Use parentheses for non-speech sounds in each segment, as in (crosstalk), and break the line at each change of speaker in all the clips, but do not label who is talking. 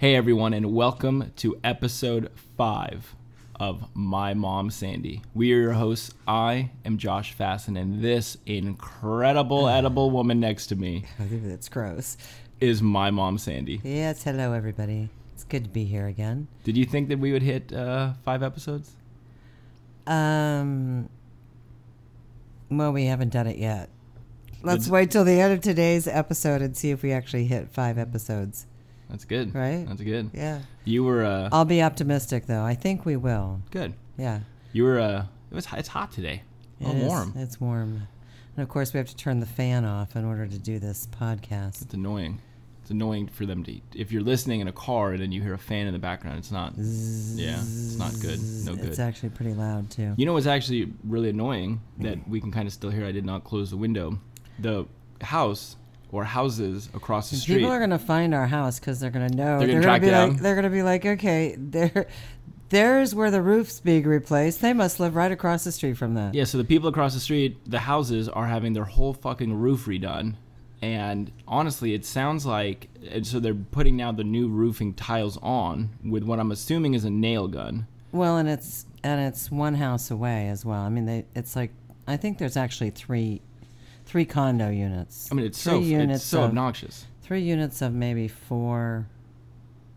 everyone, and welcome to episode five of My Mom Sandy. We are your hosts. I am Josh Fasten, and this
(sighs)
incredible edible woman next to me
That's gross.
is my mom Sandy.
Yes, hello everybody. It's good to be here again.
Did you think that we would hit uh, five episodes?
Um, well, we haven't done it yet. Let's
Did-
wait till the end of today's episode and see if we actually hit five episodes.
That's good.
Right?
That's good.
Yeah,
You were uh,
I'll be optimistic though. I think we will.
good.
Yeah,
You were. Uh, it was. It's hot today. A
It
little
is-
Oh, warm.
It's warm, and of course we have to turn the fan off in order to do this podcast.
It's annoying. It's annoying for them to. If you're listening in a car and then you hear a fan in the background, it's not. Yeah, it's not good. No
It's
good.
actually pretty loud too.
You know what's actually really annoying that we can kind of still hear? I did not close the window. The house or houses across the street.
People are gonna find our house because they're gonna know.
They're gonna track
be
it
like,
down.
They're gonna be like, okay, there, there's where the roof's being replaced. They must live right across the street from that.
yeah, so the people across the street, the houses are having their whole fucking roof redone. And honestly, it sounds like. And so they're putting now the new roofing tiles on with what I'm assuming is a nail gun.
Well, and it's and it's one house away as well. I mean, they, it's like I think there's actually three, three condo units.
I mean, it's
three
so it's so
of,
obnoxious.
Three units of maybe four.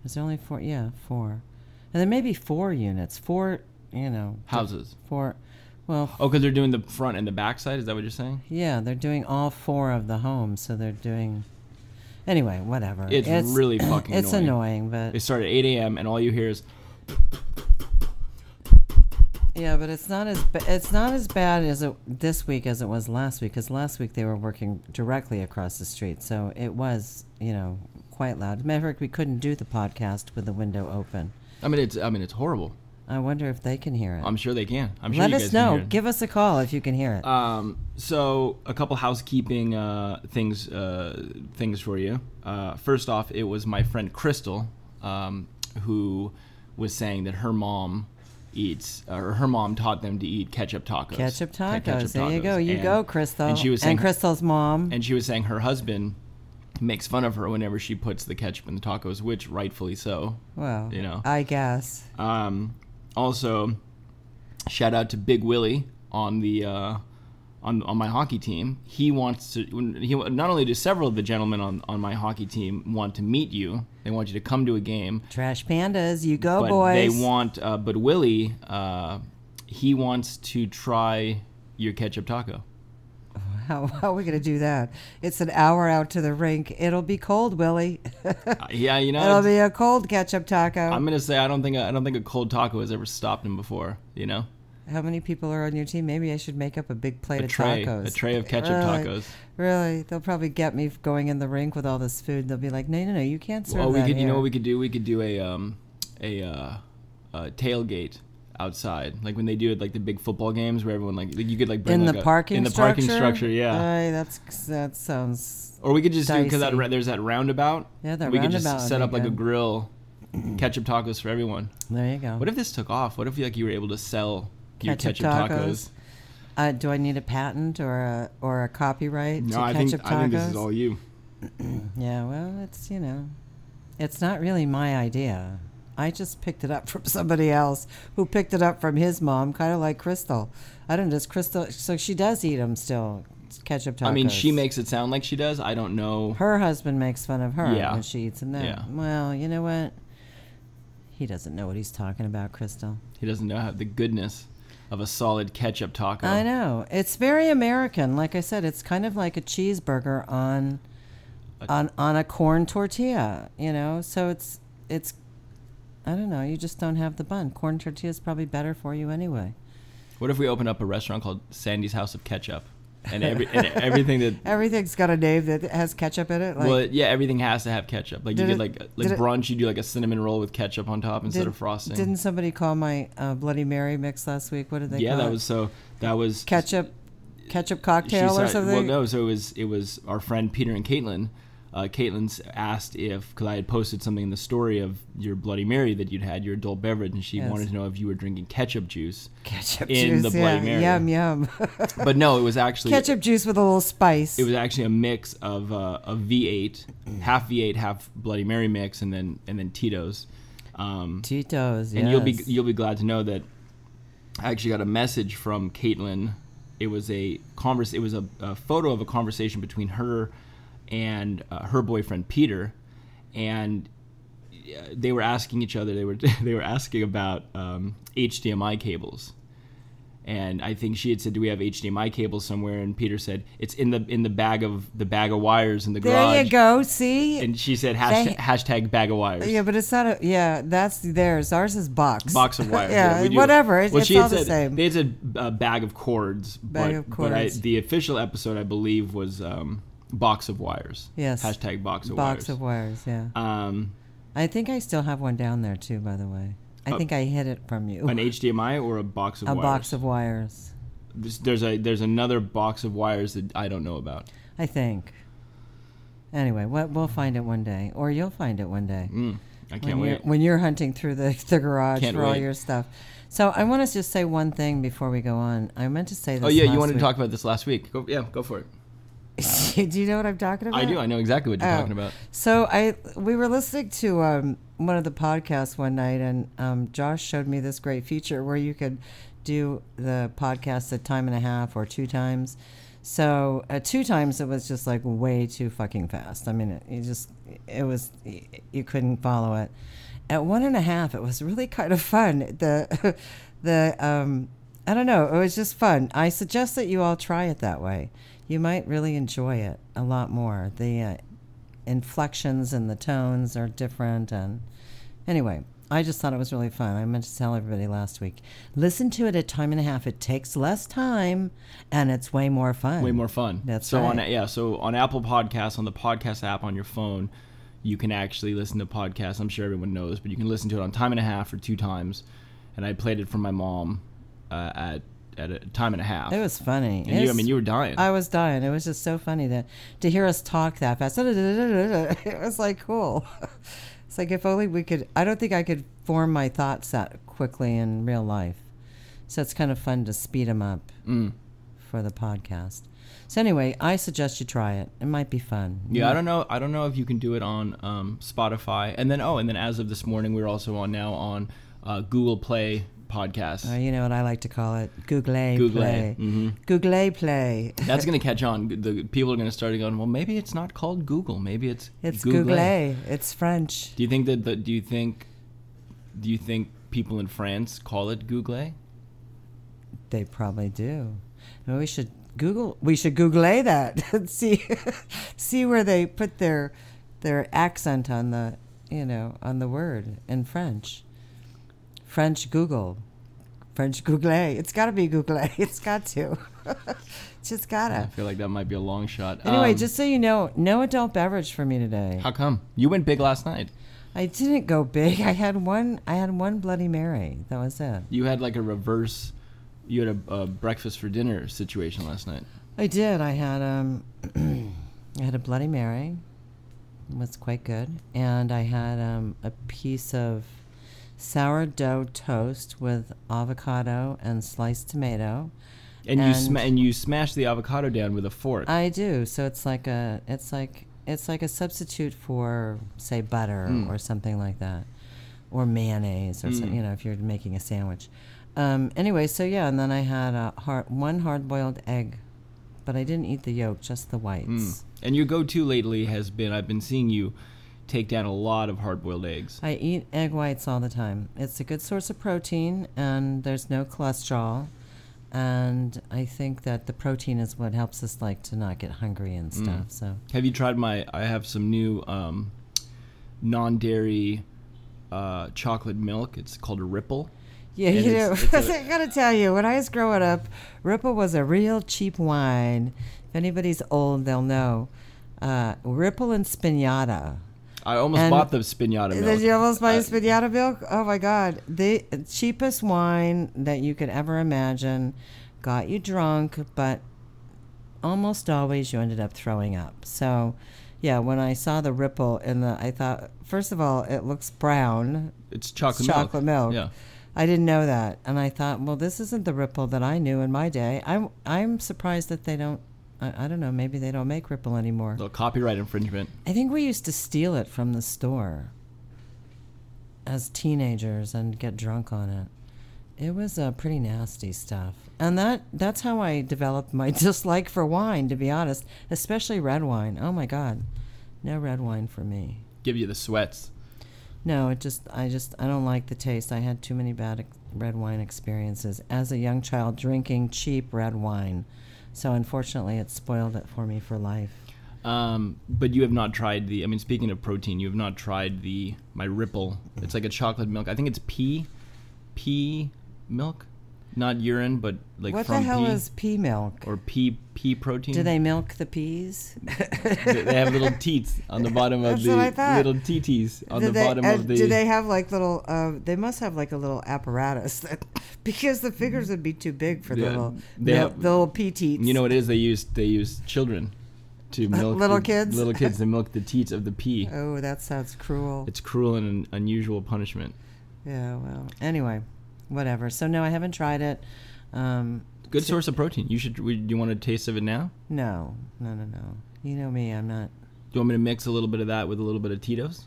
Is there only four? Yeah, four. And then maybe four units. Four, you know, diff-
Houses.
Four. Well,
Oh, because they're doing the front and the back side. Is that what you're saying?
Yeah, they're doing all four of the homes, so they're doing. Anyway, whatever.
It's really
(clears throat)
fucking
It's
annoying.
annoying, but
They start at 8 a.m. and all you hear is
yeah, but it's not as ba- it's not as bad as it, this week as it was last week. Because last week they were working directly across the street, so it was you know quite loud. Matter of fact, we couldn't do the podcast with the window open.
I mean, it's I mean, it's horrible.
I wonder if they can hear it.
I'm sure they can. I'm sure
Let
you
us
guys
know.
Can hear it.
Give us a call if you can hear it.
um, so a couple housekeeping uh, things uh, things for you. Uh, first off, it was my friend Crystal um, who was saying that her mom eats or her mom taught them to eat ketchup tacos.
ketchup
Ke-
tacos. There you go. You
And-
go, Crystal.
And she was saying
Crystal's mom.
and she was saying her husband makes fun of her whenever she puts the ketchup in the tacos, which rightfully so.
well,
you know.
I guess.
Um, also, shout out to Big Willie on the uh, on on my hockey team. He wants to. He not only do several of the gentlemen on on my hockey team want to meet you. They want you to come to a game.
Trash pandas, you go,
but
Oh, boys.
they want. Uh, but Willie, uh, he wants to try your ketchup
(laughs)
taco.
(laughs) How, how are we going to do that? It's an hour out to the rink. It'll be cold, Willie. (laughs)
Uh, yeah, you know.
It'll be a cold ketchup taco.
I'm gonna say I don't think I don't think a cold taco has ever stopped him before. You know,
how many people are on your team? Maybe I should make up a big plate
a
of
tray,
tacos.
a tray of ketchup
Really?
tacos.
Really? They'll probably get me going in the rink with all this food. They'll be like, no, no, no, you can't serve
Well, Oh, we
that
could, you know,
here."
what we could do. We could do a um, a, uh, a tailgate outside, like when they do it, like the big football games where everyone like, like, you could like bring
in
like
the
a-
parking
in the
structure.
parking structure, yeah.
Aye, that's that sounds.
or we could just do because that
dicey.
ra- there's that roundabout.
Yeah, that
we could
roundabout would
just set
be
up like a
good.
grill, ketchup tacos for everyone.
There you go.
What if this took off? What if like you were able to sell your ketchup
Ketchup
tacos?
tacos. uh, do I need a patent or a or a copyright to
No, I
ketchup
think
tacos?
I think this is all you.
Yeah, well, it's, you know, it's not really my idea. I just picked it up (laughs) from somebody else who picked it up from his mom, kind of like Crystal. I don't know, does Crystal, so she does eat them still, ketchup tacos.
I mean, she makes it sound like she does. I don't know.
Her husband makes fun of her
Yeah.
when she eats them now.
Yeah.
Well, you know what? He doesn't know what he's talking about, Crystal.
He doesn't know how the goodness of a solid ketchup taco.
I know. It's very American. Like I said, it's kind of like a cheeseburger on on on a corn tortilla, you know? So it's it's I don't know, you just don't have the bun. Corn tortilla is probably better for you anyway.
What if we open up a restaurant called Sandy's House of Ketchup, and
(laughs)
every and everything that
Everything's got a name that has ketchup in it. Like
well, yeah, everything has to have ketchup. Like you
Did
did
it-
like like
did it-
brunch, you do like a cinnamon roll with ketchup on top instead
did-
of frosting.
Didn't somebody call my uh, Bloody Mary mix last week? What did they
yeah,
call
that
it?
was so that was
ketchup ketchup
she
cocktail or
said- Well,
something?
no, so it was it was our friend Peter and Caitlin. uh, Caitlin's asked if because I had posted something in the story of your Bloody Mary that you'd had your adult beverage, and she
Yes.
wanted to know if you were drinking ketchup juice.
Ketchup
In
juice.
the
yeah.
Bloody Mary.
Yum, yum. (laughs)
But no, it was actually
Ketchup juice with a little spice.
it was actually a mix of uh, a V8, half V8, half Bloody Mary mix, and then and then Tito's. Um,
Tito's.
and you'll be
yes.
you'll be glad to know that I actually got a message from Caitlin. It was a converse. It was a, a photo of a conversation between her and uh, her boyfriend Peter, and uh, they were asking each other. They were (laughs) they were asking about um, HDMI cables, and I think she had said, "Do we have HDMI cables somewhere?" And Peter said, "It's in the in the bag of the bag of wires in the
there
garage."
you go. See.
And she said, hashtag, hashtag bag of wires.
yeah, but it's not a. Yeah, that's theirs. Ours is box.
(laughs) box of wires.
(laughs) yeah,
we do.
whatever. It's,
Well,
it's
she had
all the
said-
same.
They had said uh, bag of cords.
Bag
but,
of
But I,
cords.
the official episode, I believe, was um, box of wires.
Yes.
Hashtag box of
box
wires.
of wires. Yeah.
um,
I think I still have one down there too. By the way, I think I hid it from you.
Oh. an HDMI or a box of
a
wires.
box of wires.
There's, there's a there's another box of wires that I don't know about.
I think. Anyway, what we'll find it one day, or you'll find it one day.
I
when
Mm, can't
you're,
wait.
when you're hunting through the, (laughs) the garage
Can't
for all
wait.
your stuff. So I want to just say one thing before we go on. I meant to say this.
Oh yeah,
last
you wanted
week.
to talk about this last week. Go, yeah, go for it.
(laughs) do you know what I'm talking about?
I do. I know exactly what you're
Oh.
talking about.
So I we were listening to um, one of the podcasts one night, and um, Josh showed me this great feature where you could do the podcast a time and a half or two times. So uh, two times it was just like way too fucking fast. I mean, it, you just it was you couldn't follow it. At one and a half, it was really kind of fun. The (laughs) the um, I don't know. It was just fun. I suggest that you all try it that way. You might really enjoy it a lot more. The uh, inflections and the tones are different. And anyway, I just thought it was really fun. I meant to tell everybody last week. Listen to it a time and a half. It takes less time, and it's way more fun.
way more fun.
That's
so on
right.
yeah, so on Apple Podcasts, on the podcast app on your phone, you can actually listen to podcasts. I'm sure everyone knows, but you can listen to it on time and a half or two times. And I played it for my mom uh, at at a time and a half.
It was funny.
and you,
It
I
was-
mean, you were dying.
I was dying. It was just so funny that to hear us talk that fast. (laughs) It was like cool. (laughs) It's like if only we could. I don't think I could form my thoughts that quickly in real life. So it's kind of fun to speed them up
Mm.
for the podcast. So anyway, I suggest you try it. It might be fun.
yeah, I don't know. I don't know if you can do it on um, Spotify. And then oh, and then as of this morning, we're also on now on uh, Google Play podcasts.
Or Uh, you know what I like to call it? Google
Google.
play.
Mhm.
Google play. (laughs)
That's going to catch on. The people are going to start going. Well, maybe it's not called Google. Maybe it's
It's Google. It's French.
Do you think that the, do you think do you think people in France call it Google?
They probably do. And we should Google. We should Google that (laughs) and see see where they put their their accent on the you know on the word in French. French Google, French Google. It's got to be Google. (laughs) It's got to. it's just
I
gotta.
feel like that might be a long shot.
Anyway,
Um,
just so you know, no adult beverage for me today.
how come you went big last night?
I didn't go big. I had one. I had one Bloody Mary. That was it.
You had like a reverse. You had a, a breakfast for dinner situation last night.
I did. I had um, (clears throat) I had a Bloody Mary. It was quite good, and I had um, a piece of sourdough toast with avocado and sliced tomato.
And, you sma-
And-
and you smashed the avocado down with a fork.
I do. So it's like a it's like it's like a substitute for say butter or something like that, or mayonnaise or some, you know if you're making a sandwich. Um, anyway, so yeah, and then I had a hard, one hard boiled egg, but I didn't eat the yolk, just the whites.
and your go-to lately has been I've been seeing you take down a lot of hard-boiled eggs.
I eat egg whites all the time. It's a good source of protein, and there's no cholesterol. And I think that the protein is what helps us like to not get hungry and
Mm.
stuff. So
Have you tried my? I have some new um, non-dairy uh, chocolate milk. It's called a Ripple.
yeah,
And
you know,
it's-
(laughs)
it's
I gotta tell you, when I was growing up, Ripple was a real cheap wine. If anybody's old, they'll know. Uh, Ripple and Spinata.
I almost
And-
bought the spinata milk. Uh,
Did you almost buy
I-
a spinata milk? Oh my God. The cheapest wine that you could ever imagine got you drunk, but almost always you ended up throwing up. So yeah, when I saw the ripple in the, I thought first of all it looks brown.
It's
It's
chocolate milk.
chocolate milk.
Yeah.
I didn't know that, and I thought, well, this isn't the ripple that I knew in my day. I'm I'm surprised that they don't. I, I don't know. Maybe they don't make ripple anymore.
Little copyright infringement.
I think we used to steal it from the store as teenagers and get drunk on it. It was uh, pretty nasty stuff. And that that's how I developed my (laughs) dislike for wine, to be honest, especially red wine. Oh my god. No red wine for me.
Give you the sweats.
No, it just I just I don't like the taste. I had too many bad ex- red wine experiences as a young child drinking cheap red wine. So unfortunately, it spoiled it for me for life.
Um, but you have not tried the. I mean, speaking of protein, you have not tried the my Ripple. It's like a chocolate milk. I think it's pea, pea milk, not urine, but like
what the
from
hell
pea
is pea milk?
or pea pea protein.
Do they milk
(laughs)
the peas?
Mm. They- they have
(laughs)
little teats on the bottom of
That's what I
the
thought.
little teats on
do
the
they,
bottom
uh,
of the.
Do they have like little? Uh, they must have like a little apparatus (laughs) that, because the figures would be too big for the
Mm-hmm. Yeah,
little
they
mil-
have-
the little pea teats.
you know what it is? They use they use children to
(laughs)
milk
Little
the-
kids?
Little kids to milk the teats of the pea.
(laughs) Oh, that sounds cruel.
It's cruel and an unusual punishment.
yeah. Well. Anyway, whatever. So no, I haven't tried it. Um,
Good
to-
source of protein. You should. we- Do you want a taste of it now?
No. No. No. No. You know me. I'm not.
Do you want me to mix a little bit of that with a little bit of Tito's?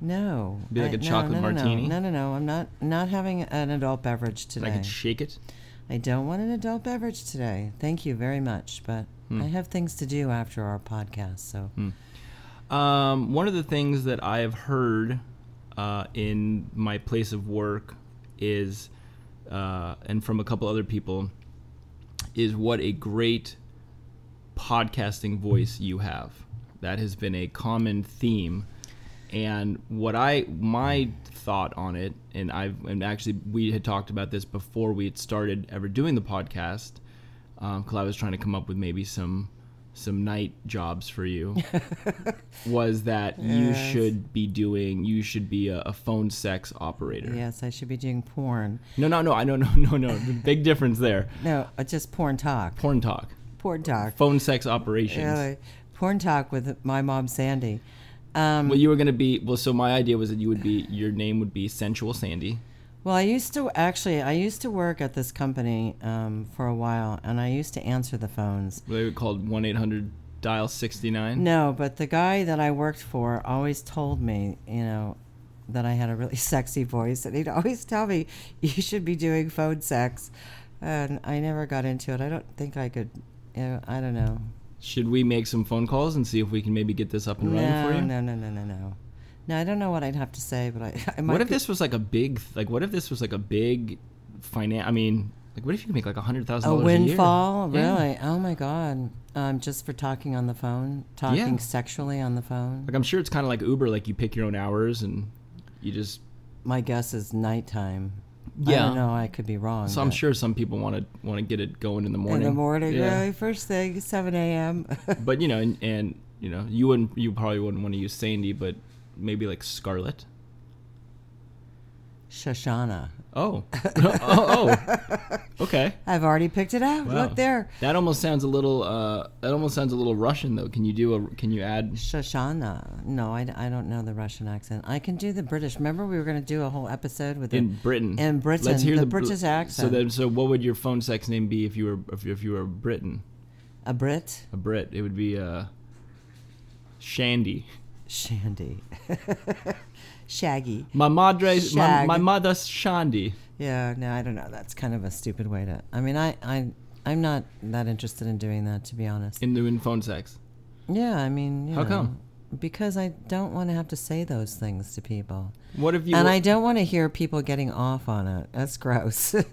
No.
Be like
I-
a
no,
chocolate
no, no, no.
martini?
No, no, no. I'm not not having an adult beverage
And I
today.
can shake it.
I don't want an adult beverage today. Thank you very much, but I have things to do after our podcast, so
Um, one of the things that I have heard uh, in my place of work is, uh, and from a couple other people, is what a great podcasting voice you have. That has been a common theme. And what I my thought on it, and I've and actually we had talked about this before we had started ever doing the podcast, because I was trying to come up with maybe some some night jobs for
(laughs)
you. was that you
Yes.
should be doing? You should be a, a phone sex operator.
yes, I should be doing porn.
No, no, no. I no, no, no, no. Big difference there.
No, uh, just porn talk.
Porn talk,
Porn talk.
phone sex operations.
Really. Porn talk with my mom Sandy. Um,
Well, you were gonna be well. So my idea was that you would be your name would be Sensual Sandy.
Well, I used to actually I used to work at this company um, for a while and I used to answer the phones
They were called one eight hundred dial sixty nine.
No, but the guy that I worked for always told me, you know, that I had a really (laughs) sexy voice, and he'd always tell me you should be doing phone sex, and I never got into it. I don't think I could. You know, I don't know.
Should we make some phone calls and see if we can maybe get this up and running
No,
for you?
no, no, no, no, no. No, I don't know what I'd have to say, but I, (laughs) I might.
What if
be-
this was like a big like What if this was like a big finan I mean, like what if you could make like a hundred thousand
a
dollars
windfall?
a year? Yeah.
Really? Oh my god! Um, just for talking on the phone, talking
Yeah.
sexually on the phone.
Like I'm sure it's kind of like Uber. Like you pick your own hours and you just.
My guess is nighttime. I
Yeah.
don't know. I could be wrong.
So I'm
but-
sure some people want to want to get it going in the morning.
In the morning,
Yeah.
really, first thing, seven a.m.
But you know, and, and you know, you wouldn't. You probably wouldn't want to use Sandy, but maybe like Scarlet.
(laughs) Shoshana.
Oh. (laughs) oh, oh. Okay.
I've already picked it out.
Wow.
Look there,
That almost sounds a little. Uh, that almost sounds a little Russian though. Can you do a? Can you add?
Shoshana. No, I, d- I don't know the Russian accent. I can do the British. Remember, we were going to do a whole episode with
In
the
Britain.
in Britain,
Br-
the British
So
accent.
then, so what would your phone sex name be if you were if you, if you were Britain,
a Brit,
a Brit? It would be uh, Shandy.
Shandy, (laughs) Shaggy.
My madre, my,
Shag.
my mother's Shandy.
Yeah, no, I don't know. That's kind of a stupid way to. I mean, I I I'm not that interested in doing that, to be honest.
In the in phone sex.
Yeah, I mean, you
How
know,
come?
Because I don't want to have to say those things to people.
What if you?
And I don't want to hear people getting off on it. That's gross. (laughs) you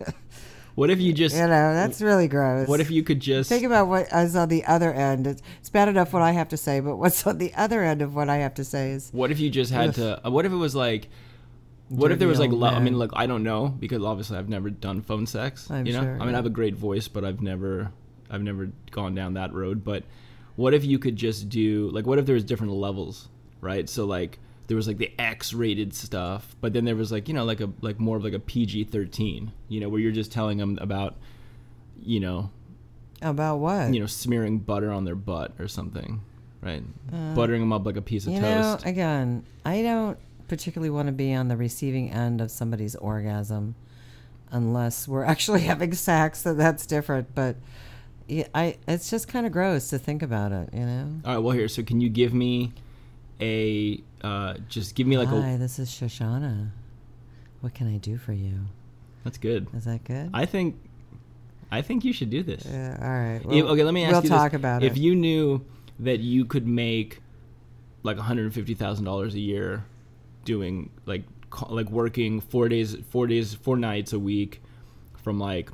what if you just?
know, that's really gross.
What if you could just?
think about what is on the other end? It's, it's bad enough what I have to say, but what's on the other end of what I have to say is
What if you just had to? uh, What if it was like? What if there
Dirty
was like?
old
Lo- I
man.
mean, look, I don't know because obviously I've never done phone sex.
I'm
you know,
sure,
I mean, I
yeah.
have a great voice, but I've never, I've never gone down that road. But what if you could just do like? What if there was different levels, right? So like there was like the X-rated stuff, but then there was like you know like a like more of like a PG-13, you know, where you're just telling them about, you know,
about what?
you know, smearing butter on their butt or something. right? Buttering them up like a piece of
Uh, You know,
toast.
again, I don't particularly want to be on the receiving end of somebody's orgasm unless we're (laughs) actually having sex, so that's different. But yeah, I, it's just kind of gross to think about it, you know?
All right, well here. So can you give me a uh, just give me like
Hi,
a
this is Shoshana. What can I do for you?
that's good.
Is that good?
I think I think you should do this.
yeah, all right.
If-
well,
okay, let me ask
we'll
you this.
talk about
if
it.
you knew that you could make like $150,000 a year doing like co- like working 4 days 4 days 4 nights a week from like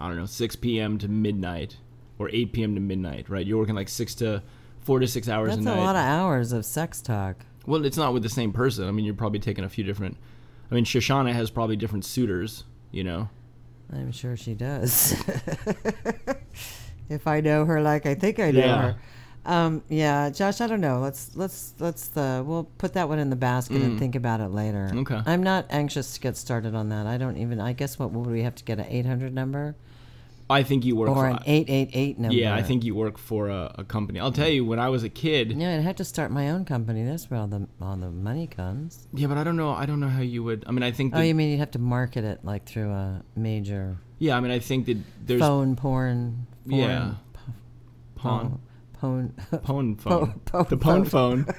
I don't know 6 p.m. to midnight or 8 p.m. to midnight, right? You're working like 6 to 4 to 6 hours
That's
a
a
night.
lot of hours of sex talk.
Well, it's not with the same person. I mean, you're probably taking a few different. I mean, Shoshana has probably different suitors, you know.
I'm sure she does. (laughs) if I know her like I think I know
Yeah.
her. Um, yeah, Josh, I don't know. Let's let's let's uh, we'll put that one in the basket and think about it later.
Mm. Okay.
I'm not anxious to get started on that. I don't even I guess what would we have to get an 800 number
I think you work
or
for.
an 888 number?
yeah, I think you work for a, a company. I'll tell you, when I was a kid.
Yeah, I'd have to start my own company. That's where all the all the money comes.
Yeah, but I don't know. I don't know how you would. I mean, I think. That,
Oh, you mean you'd have to market it like through a major
yeah, I mean, I think that there's
phone porn, porn
Yeah. pawn,
phone
(laughs) pawn phone,
pawn
the pawn phone.
(laughs)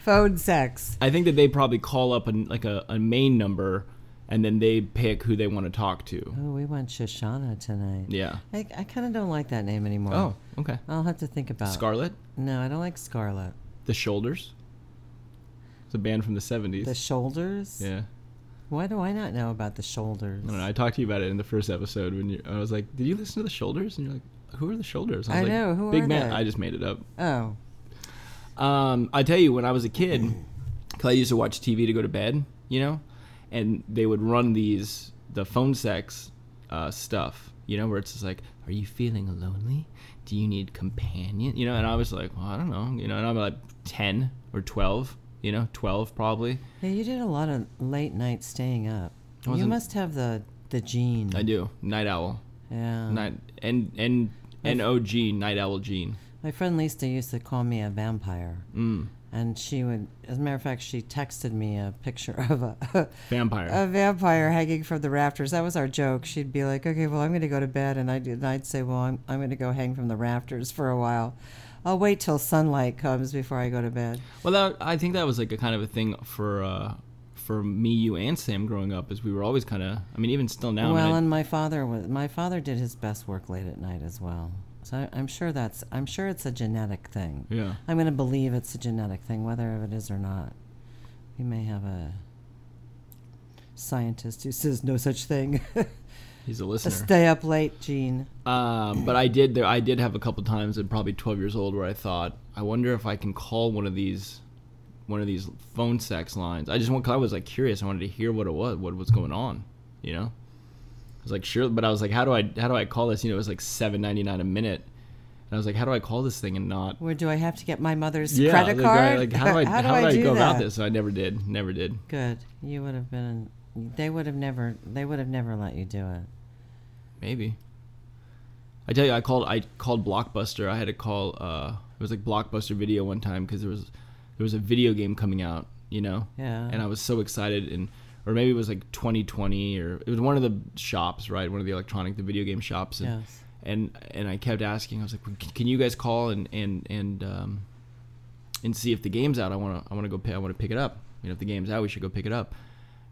phone sex.
I think that they probably call up an, like a, a main number, and then they pick who they want to talk to.
Oh, we want Shoshana tonight.
Yeah.
I, I kind of don't like that name anymore.
Oh, okay.
I'll have to think about it.
Scarlet,
No, I don't like Scarlet.
the shoulders. It's a band from the '70s.
The shoulders?
yeah.
Why do I not know about the shoulders?
I don't know. I talked to you about it in the first episode when you. I was like, "Did you listen to the shoulders?" And you're like, "Who are the shoulders?"
I
was like,
know, who
Big
are
man.
they?
I just made it up.
Oh,
Um, I tell you, when I was a
(clears throat)
kid, 'cause I used to watch TV to go to bed, you know, and they would run these the phone sex uh, stuff, you know, where it's just like, "Are you feeling lonely? Do you need companion?" You know, and I was like, "Well, I don't know," you know, and I'm like ten or twelve, you know, twelve probably.
yeah, you did a lot of late night staying up. You
wasn't-
must have the the gene.
I do night owl,
yeah.
night and and.
Oh.
N O G night owl gene.
My friend Lisa used to call me a vampire. Mm. And she would, as a matter of fact, she texted me a picture (laughs) of a
Vampire.
a vampire hanging from the rafters. That was our joke. She'd be like, "Okay, well, I'm going to go to bed," and I'd, and I'd say, "Well, I'm, I'm going to go hang from the rafters for a while. I'll wait till sunlight comes before I go to bed."
Well, that, I think that was like a kind of a thing for uh, for me, you, and Sam growing up, is we were always kind of. I mean, even still now. I mean,
well,
I-
and my father was my father did his best work late at night as well. So I, I'm sure that's I'm sure it's a genetic thing.
yeah.
I'm going to believe it's a genetic thing, whether it is or not. We may have a scientist who says no such thing. (laughs)
He's a
a
listener.
stay up late gene.
Um, but I did there. I did have a couple times at probably 12 years old where I thought, I wonder if I can call one of these, one of these phone sex lines. I just want. Cause I was like curious. I wanted to hear what it was, what was going on. You know. I was like sure, but I was like, how do I how do I call this? You know, it was like 7.99 a minute, and I was like, how do I call this thing and not
Where do I have to get my mother's
yeah,
credit
like,
card?
I- like how
(laughs)
do I (laughs) how, do I,
do
go about
that?
this? So I never did, never did.
Good. You would have been. They would have never. They would have never let you do it.
Maybe. I tell you, I called I called Blockbuster. I had to call. Uh, it was like Blockbuster Video one time because there was there was a video game coming out, you know.
Yeah.
And I was so excited, and or maybe it was like 2020, or it was one of the shops, right? One of the electronic, the video game shops. And,
Yes.
and and I kept asking. I was like, "Well, "Can can you guys call and and and um, and see if the game's out? I want to I want to go pay, I want to pick it up. You know, if the game's out, we should go pick it up."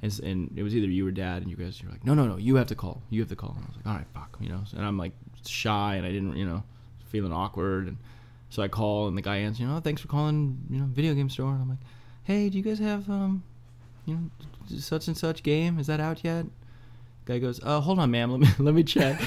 And, s- and it was either you or dad, and you guys were like, "No, no, no, you have to call. You have to call." And I was like, "All right, fuck," you know. And I'm like shy, and I didn't, you know, feeling awkward, and so I call, and the guy answers, you know, "Thanks for calling, you know, video game store." And I'm like, "Hey, do you guys have um, you know, such and such game? Is that out yet?" Guy goes, "Uh, hold on, ma'am. Let me (laughs) let me check."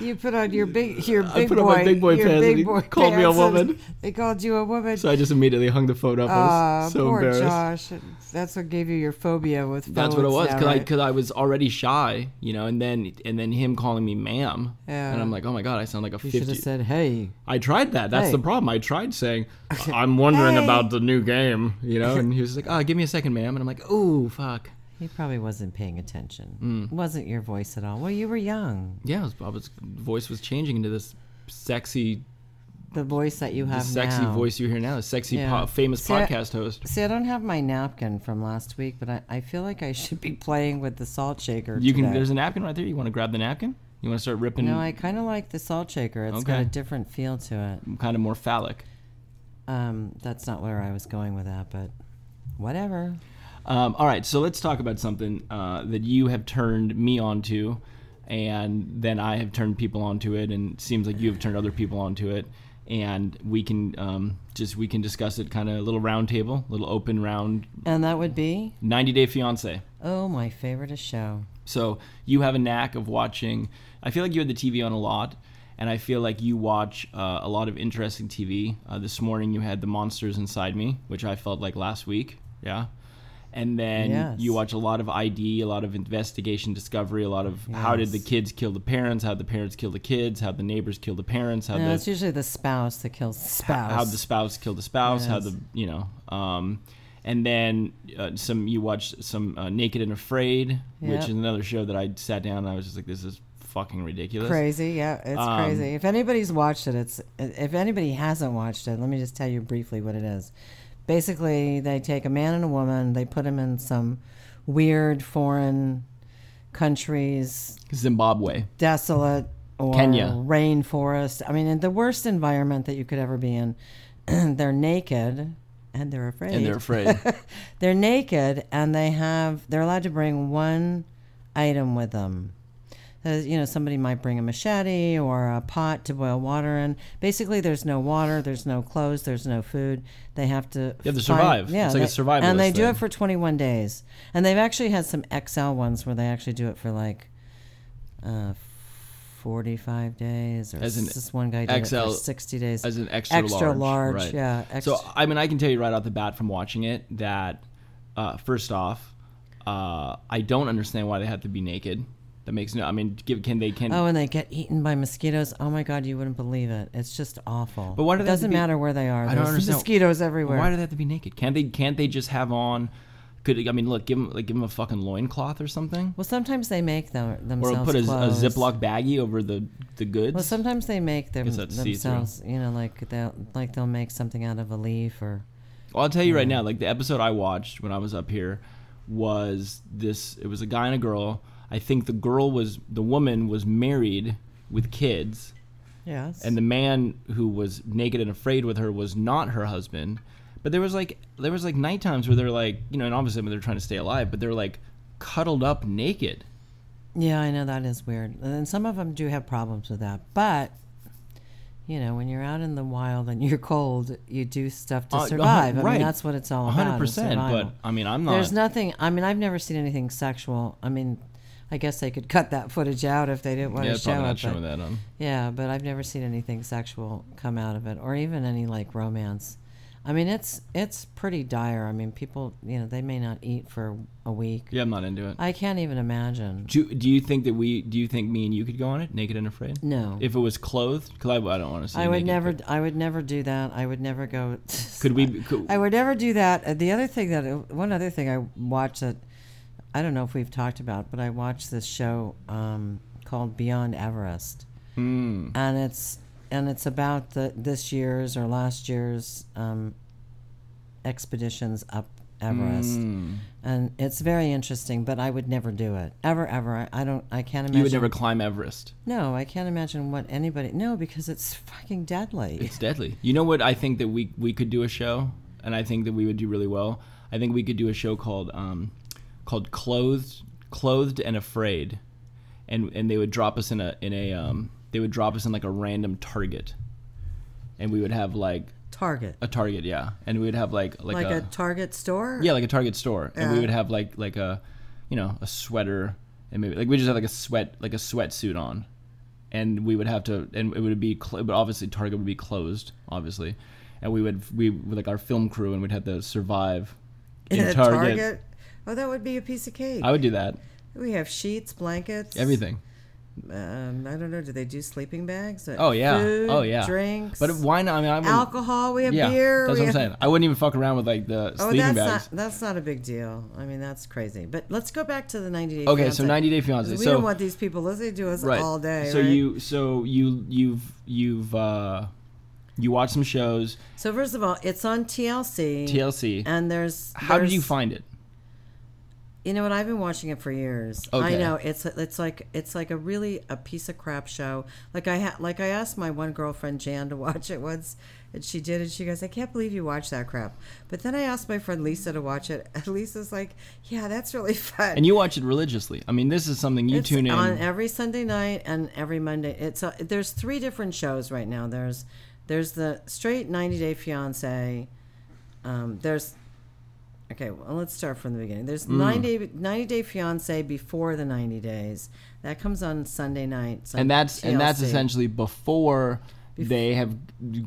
You put on your big. Your
I
big
put
boy.
on my big boy
your
pants
big
and he
boy
called me a
pants and
woman.
They called you a woman.
So I just immediately hung the phone up. I was
Ah,
so
poor
embarrassed.
Josh. That's what gave you your phobia with phones.
That's what it was,
now,
cause I
right?
cause I was already shy, you know, and then and then him calling me ma'am,
Yeah.
and I'm like, oh my god, I sound like a
you should
fifty.
have said, "Hey."
I tried that. That's
Hey.
the problem. I tried
(laughs)
saying, I'm wondering
Hey.
about the new game, you know, and he
(laughs)
was like, oh, give me a second, ma'am, and I'm like, ooh, fuck.
He probably wasn't paying attention.
Mm.
Wasn't your voice at all. Well, you were young.
Yeah, I was, I was voice was changing into this sexy
the voice that you
The
have
sexy
now.
voice you hear now, sexy
Yeah.
po- famous
See, I-
podcast host.
See, I don't have my napkin from last week, but I, I feel like I should be playing with the salt shaker.
You can.
today.
There's a napkin right there. You want to grab the napkin? You want to start ripping?
no, I kind of like the salt shaker. It's got
Okay.
a different feel to it.
kind of more phallic.
Um, that's not where I was going with that, but whatever.
Um, all right, so let's talk about something uh, that you have turned me onto, and then I have turned people onto it, and it seems like you have turned other people onto it, and we can um, just we can discuss it kind of a little round table, little open round,
And that would be
ninety day fiance.
oh my favorite show.
So you have a knack of watching. I feel like you had the TV on a lot, and I feel like you watch uh, a lot of interesting TV. Uh, this morning you had The Monsters Inside Me, which I felt like last week. Yeah. And then
Yes.
you watch a lot of ID, a lot of investigation discovery, a lot of how did the
Yes.
kids kill the parents, how the parents kill the kids, how the neighbors kill the parents, how
No,
Uh, the
it's usually the spouse that kills the spouse.
how the spouse killed the spouse, how
Yes.
the you know, um, and then uh, some you watched some uh, Naked and Afraid, which
Yep.
is another show that I sat down and I was just like, this is fucking ridiculous.
crazy, yeah, it's
Um,
crazy. If anybody's watched it, it's if anybody hasn't watched it, let me just tell you briefly what it is. Basically, they take a man and a woman, they put them in some weird foreign countries
Zimbabwe.
desolate or
Kenya.
rainforest. I mean, in the worst environment that you could ever be in. (clears throat) they're naked and they're afraid.
And they're
(laughs)
afraid.
They're naked and they have they're allowed to bring one item with them. Uh, you know, somebody might bring a machete or a pot to boil water in. Basically, there's no water, there's no clothes, there's no food. They have to.
You have to survive. It's like a survivalist
And they do
thing.
it for 21 days. And they've actually had some XL ones where they actually do it for like uh, 45 days. Or
As in
this one guy did it
XL
for 60 days. (laughs)
as an extra,
extra large,
right.
yeah,
So
extra-
I mean, I can tell you right off the bat from watching it that uh, first off, uh, I don't understand why they have to be naked. That makes no. I mean, give, can they can
Oh, and they get eaten by mosquitoes. Oh my God, you wouldn't believe it. It's just awful.
But why do
it
they have to
doesn't
be-
matter where they are.
I
There's
don't understand.
mosquitoes
Well,
everywhere.
Why do they have to be naked? Can't they? Can't they just have on? Could I mean, look, give them like give them a fucking loincloth or something,
well, sometimes they make them,
or
themselves
put a, a
clothes.
Ziploc baggie over the the goods.
Well, sometimes they make them,
Guess that's see-through.
themselves. You know, like they'll like they'll make something out of a leaf or.
Well, I'll tell you right now, like the episode I watched when I was up here was this. It was a guy and a girl. I think the girl was the woman was married with kids,
Yes.
and the man who was naked and afraid with her was not her husband. But there was like there was like night times where they're like you know, and obviously they're trying to stay alive, but they're like cuddled up naked.
yeah, I know that is weird, and some of them do have problems with that, but. You know, when you're out in the wild and you're cold, you do stuff to
Uh, a hun-
survive. I
right.
mean, that's what it's all about.
hundred
is
percent.
survival.
But I mean, I'm not.
There's nothing. I mean, I've never seen anything sexual. I mean, I guess they could cut that footage out if they didn't want
yeah,
to
it's probably
show
not
it.
showing
but,
that um, on.
Yeah, but I've never seen anything sexual come out of it, or even any like romance. I mean, it's it's pretty dire. I mean, people, you know, they may not eat for a week.
Yeah, I'm not into it.
I can't even imagine.
Do, do you think that we? Do you think me and you could go on it, naked and afraid?
No,
If it was clothed, because I, I don't want to see.
I
you
would
naked,
never.
but
I would never do that. I would never go. (laughs)
Could we? Could,
I would never do that. Uh, The other thing that one other thing I watched that I don't know if we've talked about, but I watched this show um, called Beyond Everest,
Hmm.
mm. and it's and it's about the this year's or last year's um, expeditions up Everest,
Hmm.
and it's very interesting. But I would never do it ever, ever. I, I don't. I can't imagine.
you would never climb Everest.
No, I can't imagine what anybody. No, because it's fucking deadly.
It's deadly. You know what? I think that we we could do a show, and I think that we would do really well. I think we could do a show called um, called clothed clothed and afraid, and and they would drop us in a in a um, they would drop us in like a random target, and we would have like
Target.
a target, yeah, and we would have like like,
Like
a,
a Target store?
yeah like a Target store, and we
Yeah.
would have like like a you know a sweater, and maybe like we just have like a sweat like a sweatsuit on, and we would have to and it would be cl- but obviously Target would be closed obviously, and we would we like our film crew and we'd have to survive in
At
Target.
Oh, that would be a piece of cake.
I would do that.
we have sheets, blankets,
Everything.
Um, I don't know. Do they do sleeping bags? Uh,
Oh yeah.
Food,
oh yeah.
Drinks.
But why not? I mean, I wouldn't-
alcohol. We have
Yeah,
beer.
that's
we
what I'm
have-
saying. I wouldn't even fuck around with like the
Oh,
sleeping
that's
bags.
not that's not a big deal. I mean, that's crazy. But let's go back to the 90 day.
Okay, so 90 Day Fiancé.
We
so
don't want these people listening to us all day.
So
right?
you so you you've you've uh You watch some shows.
So first of all, it's on TLC.
TLC.
And there's
How did
there's-
you find it?
You know what? I've been watching it for years.
Okay.
I know it's it's like it's like a really a piece of crap show. Like I ha- like I asked my one girlfriend Jan to (laughs) watch it once, and she did, and she goes, "I can't believe you watched that crap." But then I asked my friend Lisa to watch it, and Lisa's like, "Yeah, that's really (laughs) fun."
And you watch it religiously. I mean, this is something you
It's
tune in.
on every Sunday night and every Monday. It's a, there's three different shows right now. There's there's the straight 90 Day Fiance. Um, there's okay. Well, let's start from the beginning. There's
Mm.
90 90 Day Fiance before the 90 days. That comes on Sunday nights. on
and that's and that's
TLC.
essentially before they have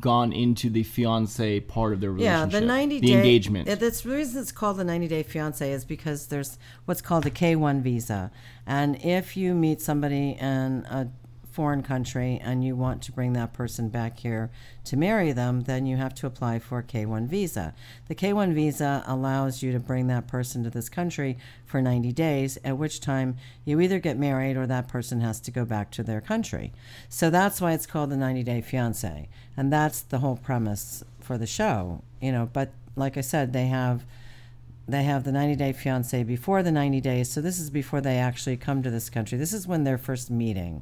gone into the fiance part of their
Yeah,
relationship.
the 90
the
day
engagement.
Yeah, That's the reason it's called the 90 day fiance is because there's what's called a K1 visa. And if you meet somebody in a foreign country and you want to bring that person back here to marry them, then you have to apply for a K1 visa. The K1 visa allows you to bring that person to this country for 90 days, at which time you either get married or that person has to go back to their country. So that's why it's called the 90 day fiance. And that's the whole premise for the show, you know, but like I said, they have they have the 90 day fiance before the 90 days so this is before they actually come to this country this is when they're first meeting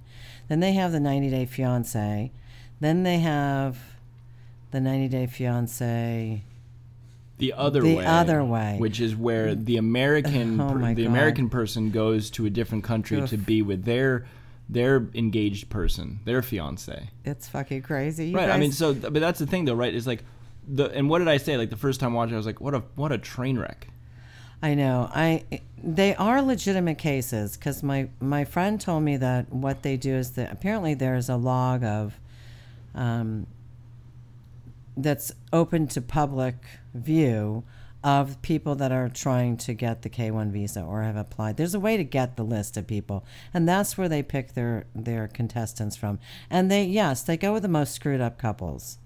then they have the 90 day fiance then they have the 90 day fiance
the other
the
way.
other way.
Which is where the American
Oh
per-
my
the
God.
American person goes to a different country to be with their their engaged person, their fiance.
it's fucking crazy you
Right. I
guys-
mean, so th- but that's the thing though, right? It's like the and what did I say? Like the first time watching, I was like, what a what a train wreck.
I know. I they are legitimate cases because my my friend told me that what they do is that apparently there's a log of, um, that's open to public view of people that are trying to get the K one visa or have applied. There's a way to get the list of people, and that's where they pick their their contestants from. And they yes, they go with the most screwed up couples.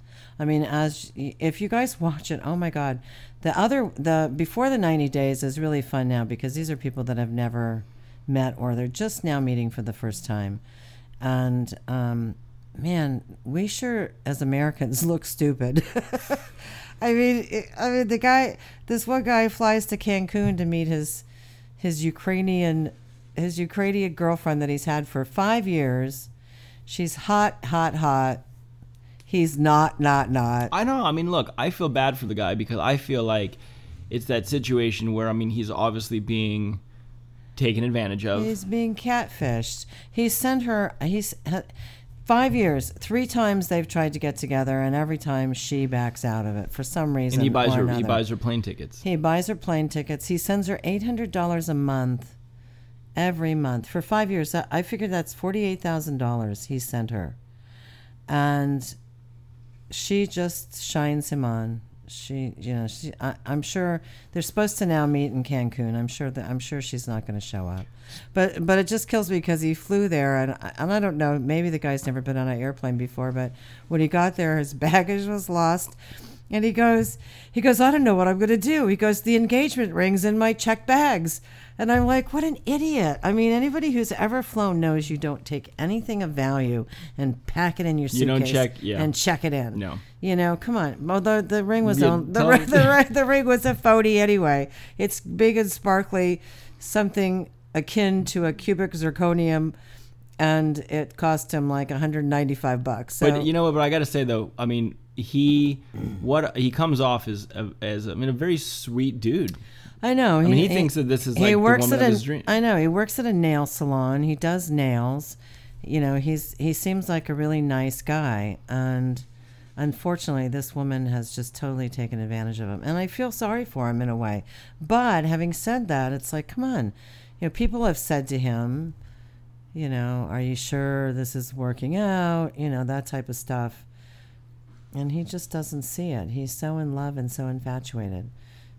I mean, as if you guys (laughs) watch it, oh my God, the other the before the ninety days is really fun now because these are people that have never met or they're just now meeting for the first time, and um, man, we sure as Americans (laughs) look stupid. I mean, it, I mean the guy, this one guy flies to Cancun to meet his his Ukrainian his Ukrainian girlfriend that he's had for five years. She's hot, hot, hot. He's not, not, not.
I know. I mean, look, I feel bad for the guy because I feel like it's that situation where I mean he's obviously being taken advantage of.
He's being catfished. He sent her. He's five years, three times they've tried to get together, and every time she backs out of it for some reason.
and he buys
or
her he
another.
buys her plane tickets.
He buys her plane tickets. He sends her eight hundred dollars a month, every month for five years. I- I figured that's forty eight thousand dollars he sent her, and she just shines him on. She, you know, she. I, I'm sure they're supposed to now meet in Cancun. I'm sure that I'm sure she's not going to show up, but but it just kills me because he flew there and I- and I don't know. Maybe the guy's never been on an airplane before, but when he got there, his (laughs) baggage was lost. And he goes, he goes, I don't know what I'm going to do. He goes, the engagement rings in my check bags. And I'm like, what an idiot. I mean, anybody who's ever flown knows you don't take anything of value and pack it in your suitcase
You don't check- yeah.
and check it in.
No.
You know, come on. Although the ring was
Yeah,
on the,
tell
ri-
us-
the, ri- the ring was a phony anyway. It's big and sparkly, something akin to a cubic zirconium, and it cost him like 195 bucks. So,
But you know, but I got to say though, I mean, he what he comes off as a, as a, I mean a very sweet dude.
I know.
I mean, he thinks that this is like
he
the
works
woman
at
of
a,
his dream.
I know he works at a nail salon. He does nails. You know, he's he seems like a really nice guy, and unfortunately, this woman has just totally taken advantage of him. And I feel sorry for him in a way. But having said that, it's like, come on, you know, people have said to him, you know, are you sure this is working out? You know, that type of stuff. And he just doesn't see it. He's so in love and so infatuated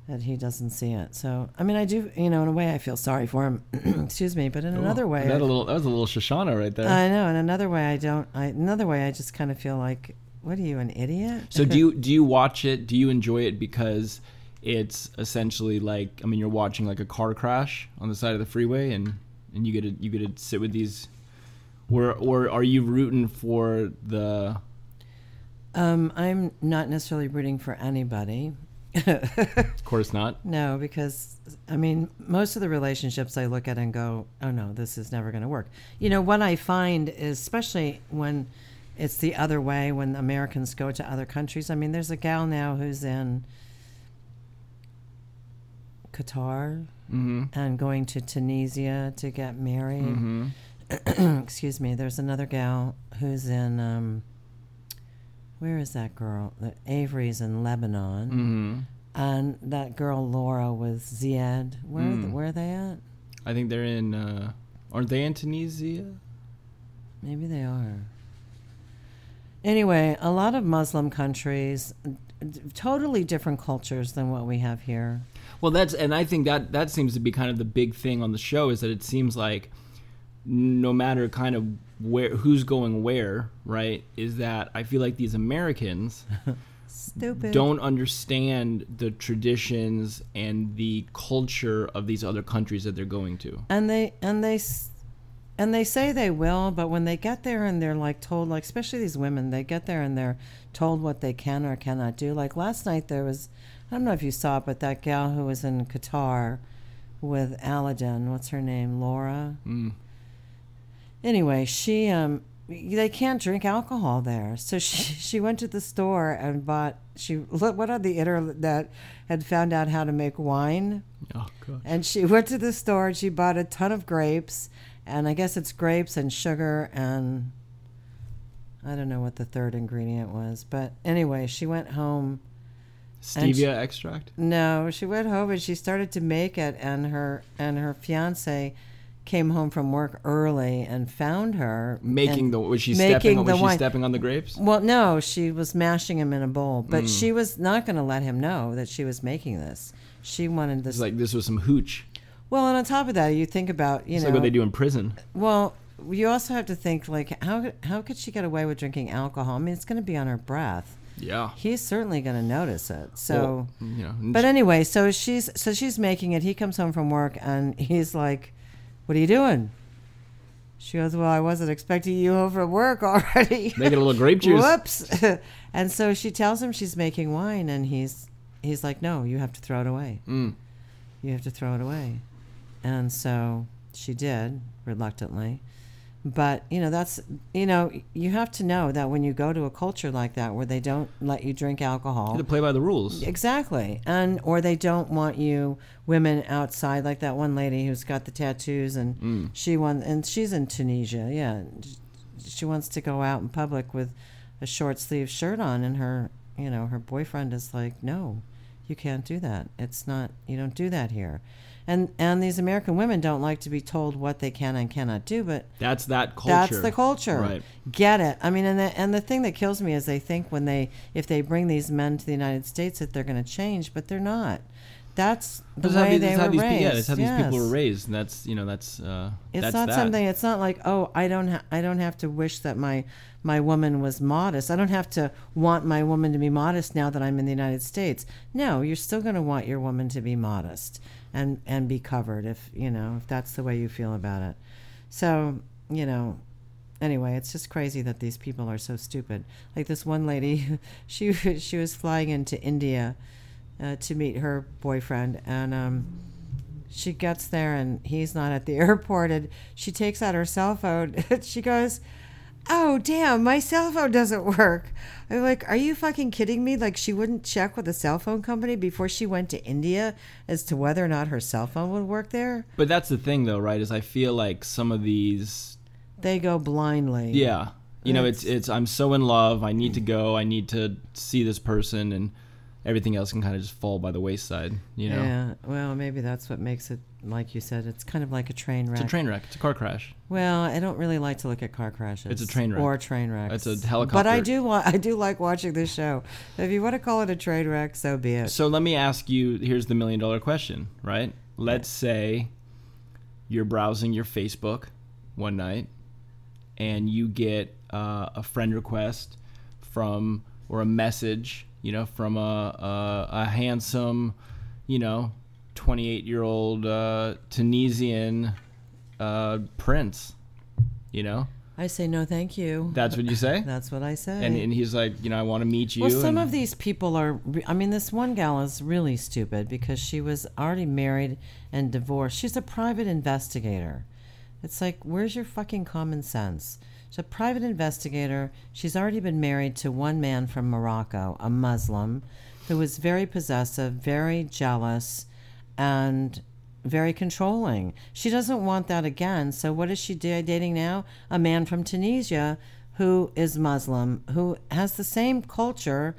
that he doesn't see it. So, I mean, I do, you know, in a way I feel sorry for him. (clears throat) Excuse me, but in another way,
that a little that was a little Shoshana right there.
I know. In another way, I don't. I, another way, I just kind of feel like, what are you, an idiot?
so do you do you watch it? Do you enjoy it because it's essentially like I mean you're watching like a car crash on the side of the freeway and and you get to you get to sit with these or or are you rooting for the
Um, I'm not necessarily rooting for anybody. (laughs)
Of course not.
No, because I mean, most of the relationships I look at and go, oh no, this is never going to work. You know, what I find is, especially when it's the other way, when Americans go to other countries. I mean, there's a gal now who's in Qatar and going to Tunisia to get married. (clears throat) Excuse me. There's another gal who's in, um, where is that girl? The Avery's in Lebanon
hmm
and that girl Laura with Ziad. Where are the, where are they at?
I think they're in. Uh, aren't they in Tunisia?
Maybe they are. Anyway, a lot of Muslim countries, d- totally different cultures than what we have here.
Well, that's and I think that that seems to be kind of the big thing on the show is that it seems like no matter kind of where who's going where, right? Is that I feel like these Americans
Stupid.
don't understand the traditions and the culture of these other countries that they're going to.
and they and they s- and they say they will but when they get there and they're like told like especially these women they get there and they're told what they can or cannot do like last night there was i don't know if you saw it but that gal who was in qatar with aladdin what's her name laura anyway she um they can't drink alcohol there so she (laughs) she went to the store and bought she what what on the internet had found out how to make wine
Oh god.
and she (laughs) went to the store and she bought a ton of grapes. And I guess it's grapes and sugar and I don't know what the third ingredient was. But anyway, she went home.
Stevia
And she-
extract?
No, she went home and she started to make it and her and her fiance came home from work early and found her
Making
and
the was she
making
stepping on
the
was she
wine.
stepping on the grapes?
Well, no, she was mashing him in a bowl, but
Mm.
she was not going to let him know that she was making this. She wanted this.
It's like this was some hooch.
well, and on top of that, you think about you
It's
know
like what they do in prison.
Well, you also have to think like how how could she get away with drinking alcohol? I mean, it's going to be on her breath.
Yeah.
He's certainly going to notice it. So,
Well, you know,
but anyway, so she's so she's making it. He comes home from work and he's like, "What are you doing?" She goes, "Well, I wasn't expecting you home from work (laughs) already."
they get a little
(laughs)
grape juice.
Whoops. and so she tells him she's making wine, and he's he's like, "No, you have to throw it away.
Mm.
You have to throw it away." And so she did reluctantly. But you know that's you know you have to know that when you go to a culture like that where they don't let you drink alcohol,
You have to play by the rules.
Exactly. And or they don't want you women outside like that one lady who's got the tattoos and she won and she's in Tunisia. Yeah. She wants to go out in public with a short sleeve shirt on and her, you know, her boyfriend is like, "No, you can't do that. It's not you don't do that here." And and these American women don't like to be told what they can and cannot do, but
That's that culture.
that's the culture.
Right.
Get it. I mean, and the, and the thing that kills me is they think when they if they bring these men to the United States that they're going to change, but these- they're not. That's the
That's how
way
these-
they
that's how
were
these, pe-
raised.
Yeah, that's how these people were raised, and that's you know that's uh,
It's
that's
not
that.
something. It's not like oh, I don't ha- I don't have to wish that my my woman was modest. I don't have to want my woman to be modest now that I'm in the United States. No, you're still going to want your woman to be modest and and be covered if you know if that's the way you feel about it. So you know. Anyway, it's just crazy that these people are so stupid. Like this one lady, (laughs) she she was flying into India uh, to meet her boyfriend, and um, she gets there and he's not at the (laughs) airport and she takes out her cell phone (laughs) and she goes oh damn my cell phone doesn't work i'm like are you fucking kidding me like she wouldn't check with a cell phone company before she went to india as to whether or not her cell phone would work there
But that's the thing, though, right? Is I feel like some of these,
they go blindly
yeah, you know, it's it's I'm so in love, I need to go, I need to see this person, and everything else can kind of just fall by the wayside. You know,
yeah well maybe that's what makes it like you said it's kind of like a train wreck
it's a train wreck, it's a car crash.
Well, I don't really like to look at car crashes.
It's a train wreck.
Or train wrecks.
It's a helicopter.
But I do want (laughs) I do like watching this show. If you want to call it a train wreck, so be it.
So let me ask you. Here's the million dollar question, right? Let's say you're browsing your Facebook one night, and you get uh, a friend request from or a message, you know, from a a, a handsome, you know, 28 year old uh, Tunisian uh, prince, you know.
I say no, thank you.
That's what you say?
(laughs) That's what I say.
and, and he's like, you know, I want to meet you.
well, some
and-
of these people are. re- I mean, this one gal is really stupid because she was already married and divorced. She's a private investigator. It's like, where's your fucking common sense? She's a private investigator. She's already been married to one man from Morocco, a Muslim, who was very possessive, very jealous, and very controlling. She doesn't want that again. So what is she da- dating now? A man from Tunisia who is Muslim, who has the same culture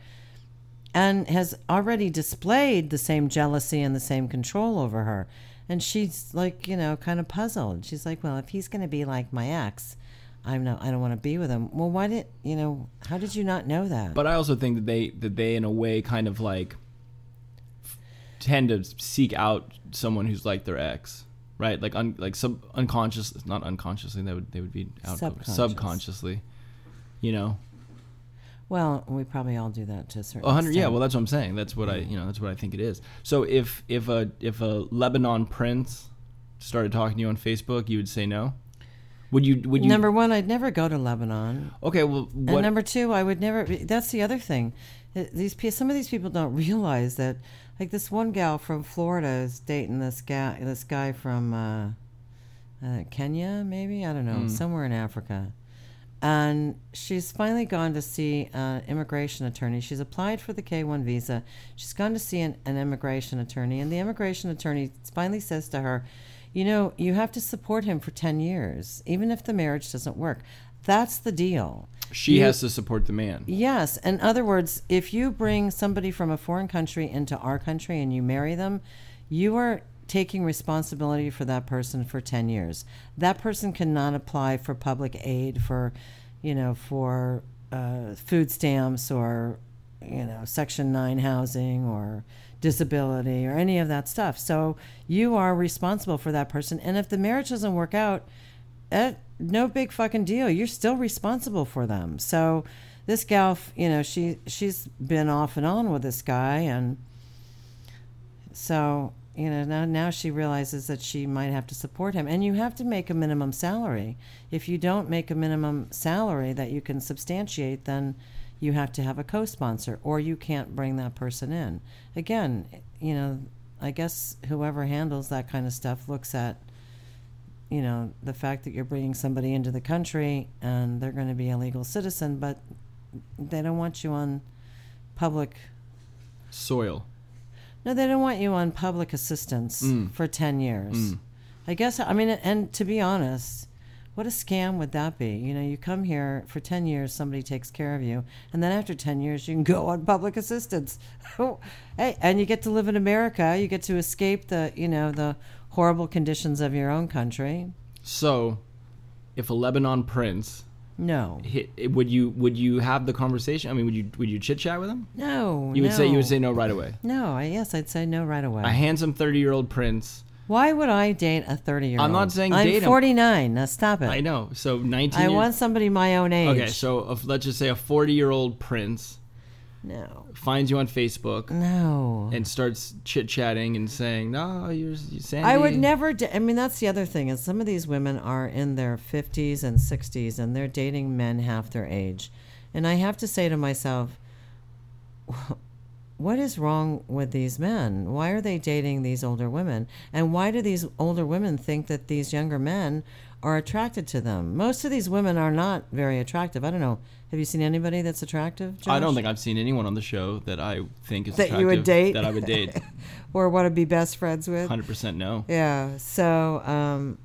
and has already displayed the same jealousy and the same control over her. And she's like, you know, kind of puzzled. She's like, well, if he's going to be like my ex, I'm not I don't want to be with him. Well, why did, you know, how did you not know that?
but I also think that they that they in a way kind of like f- tend to seek out someone who's like their ex, right? Like un, like sub unconscious, not unconsciously. They would they would be out
Subconscious.
subconsciously, you know.
well, we probably all do that to a certain
A hundred, yeah.
extent.
Well, that's what I'm saying. That's what I you know that's what I think it is. So if if a if a Lebanon prince started talking to you on Facebook, you would say no. Would you would you
Number one, I'd never go to Lebanon.
okay? Well,
And
what
number two, I would never. That's the other thing. Uh, These pe- some of these people don't (laughs) realize that, like this one gal from Florida is dating this guy, this guy from uh, uh, Kenya, maybe I don't know, somewhere in Africa, and she's finally gone to see an immigration attorney. She's applied for the K one visa. She's gone to see an, an immigration attorney, and the immigration attorney finally says to her, "You know, you have to support him for ten years, even if the marriage doesn't work." That's the deal.
she has to support the man.
Yes. In other words, if you bring somebody from a foreign country into our country and you marry them, you are taking responsibility for that person for 10 years. That person cannot apply for public aid, for, you know, for uh, food stamps or, you know, Section 9 housing or disability or any of that stuff. So you are responsible for that person. And if the marriage doesn't work out, eh, no big fucking deal. You're still responsible for them. So this gal, f- you know, she she's been off and on with this guy, and so you know now now she realizes that she might have to support him, and you have to make a minimum salary. If you don't make a minimum salary that you can substantiate, then you have to have a co-sponsor, or you can't bring that person in. Again, you know, I guess whoever handles that kind of stuff looks at you know, the fact that you're bringing somebody into the country and they're going to be a legal citizen, but they don't want you on public.
Soil.
No, they don't want you on public assistance for 10 years. I guess, I mean, and to be honest, what a scam would that be? You know, you come here for 10 years, somebody takes care of you, and then after 10 years, you can go on public assistance. (laughs) hey, and you get to live in America, you get to escape the, you know, the horrible conditions of your own country.
So if a Lebanon prince
No.
hit, would you would you have the conversation? I mean, would you would you chit chat with him?
No.
You would say you would
no.
say no right away.
no. I, yes, I'd say no right away.
A handsome thirty year old prince.
Why would I date a thirty-year-old?
I'm not saying
I'm
date 'em.
forty-nine. Now stop it.
I
I,
know. So nineteen. year-
want somebody my own age.
Okay, so if, let's just say a forty year old prince
no.
finds you on Facebook
No.
and starts chit chatting and saying, "No, you're, you're Sandy."
I would never. Da- I mean, that's the other thing is some of these women are in their fifties and sixties, and they're dating men half their age, and I have to say to myself, what is wrong with these men? Why are they dating these older women? And why do these older women think that these younger men are attracted to them? Most of these women are not very attractive. I don't know. Have you seen anybody that's attractive? Josh?
I don't think I've seen anyone on the show that I think is
That you would
attractive
date?
That I would
(laughs)
date.
Or want to be best friends with?
Hundred percent no.
Yeah. So, um,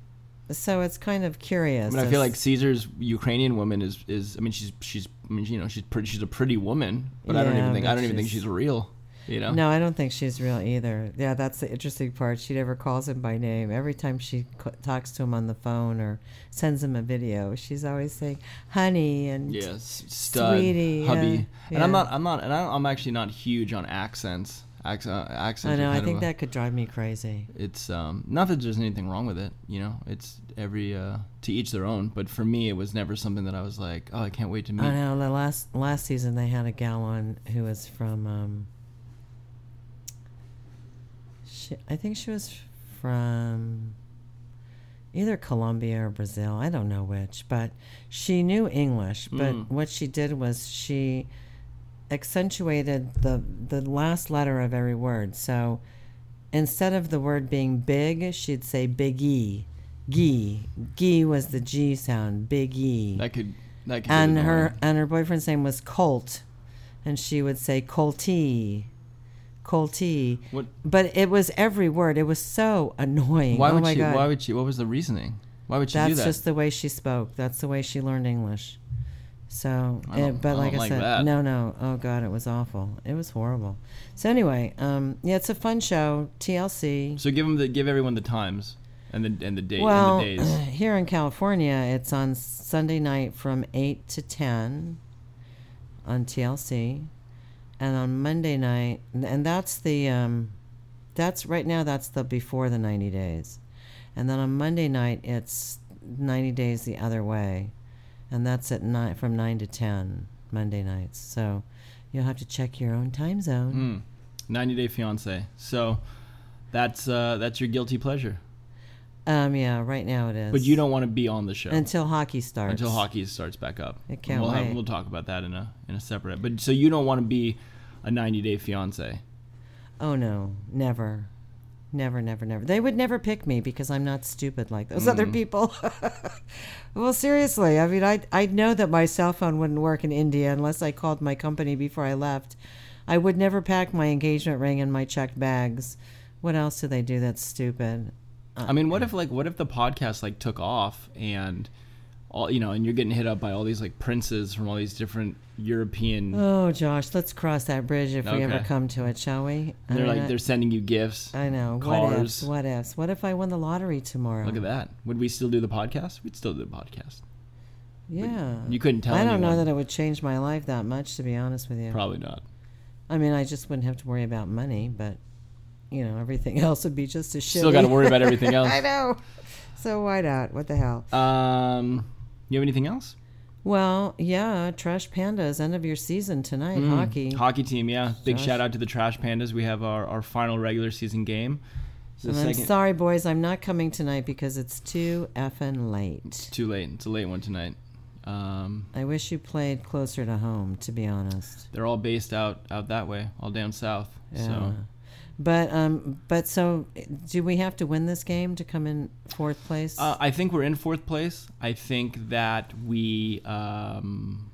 so it's kind of curious.
I mean, I
as-
feel like Caesar's Ukrainian woman is is. I mean, she's she's. I mean, you know, she's pretty. She's a pretty woman, but I don't
Yeah,
even think I
but
don't even think
she's-
she's real. You know.
No, I don't think she's real either. Yeah, that's the interesting part. She never calls him by name. Every time she c- talks to him on the phone or sends him a video, she's always saying "honey" and
Yeah, s- stud,
Sweetie,
hubby,
yeah,
and I'm
yeah.
not. I'm not. And I don't, I'm actually not huge on accents. Accent. Accents.
I
are
know. I
kind of
think
a-
that could drive me crazy.
it's um not that there's anything wrong with it you know it's every uh to each their own but for me it was never something that i was like oh i can't wait to meet
I know. The last last season they had a gal on who was from. Um, she, I think she was from either Colombia or Brazil, I don't know which, but she knew English. But
Mm.
what she did was she accentuated the the last letter of every word. So instead of the word being big, she'd say biggie. Gee. Gee was the G sound, E. biggie.
That could that could. get
and
annoying.
her and her boyfriend's name was Colt, and she would say Colty, Colty.
What?
But it was every word. It was so annoying.
Why
oh
would
my
she?
god!
Why would she? What was the reasoning? Why would she
That's
do that?
just the way she spoke. That's the way she learned English. So,
I don't-
it- but
I
like
don't
I
like
said,
that.
no, no. Oh god, it was awful. It was horrible. So anyway, um, yeah, it's a fun show. TLC.
so give them the give everyone the times and the and the date
Well,
and the days.
(clears throat) here in California, it's on Sunday night from 8 to 10 on TLC. And on Monday night, and that's the, um, that's right now, that's the before the 90 days. And then on Monday night, it's 90 days the other way. And that's at nine, from 9 to 10 Monday nights. So you'll have to check your own time zone.
Mm. 90 Day Fiance. So that's uh, that's your guilty pleasure.
Um, yeah, right now it is.
But you don't want to be on the show
Until hockey starts.
until hockey starts back up.
I can't
we'll,
wait.
we'll talk about that in a in a separate. But so you don't want to be a 90 Day Fiance.
Oh no, never. Never, never, never. They would never pick me because I'm not stupid like those
Mm.
other people. (laughs) well, seriously, I mean, I I know that my cell phone wouldn't work in India unless I called my company before I left. I would never pack my engagement ring in my checked bags. What else do they do that's stupid?
I mean, what if like what if the podcast like took off and all you know, and you're getting hit up by all these like princes from all these different European.
Oh, Josh, let's cross that bridge if we ever
Okay.
come to it, shall we? I
they're
mean,
like
I-
they're sending you gifts.
I know. What ifs?
cars.
What ifs? What if I won the lottery tomorrow?
Look at that. Would we still do the podcast? We'd still do the podcast.
Yeah.
You couldn't tell.
Uh, I don't know
anyone.
that it would change my life that much, to be honest with you.
Probably not.
I mean, I just wouldn't have to worry about money, but you know, everything (laughs) else would be just as shitty.
Still got to worry about everything else.
(laughs) I know. So why not? What the hell?
Um, you have anything else?
Well, yeah, Trash Pandas, end of your season tonight, hockey.
Mm. Hockey team, yeah. Big
Josh.
shout out to the Trash Pandas. We have our, our final regular season game. It's the
and I'm
second.
sorry, boys, I'm not coming tonight because it's too effing late.
Too late. It's a late one tonight. Um,
I wish you played closer to home, to be honest.
they're all based out out that way, all down south.
Yeah.
So
But um, but so, do we have to win this game to come in fourth place?
uh, I think we're in fourth place. I think that we. Um,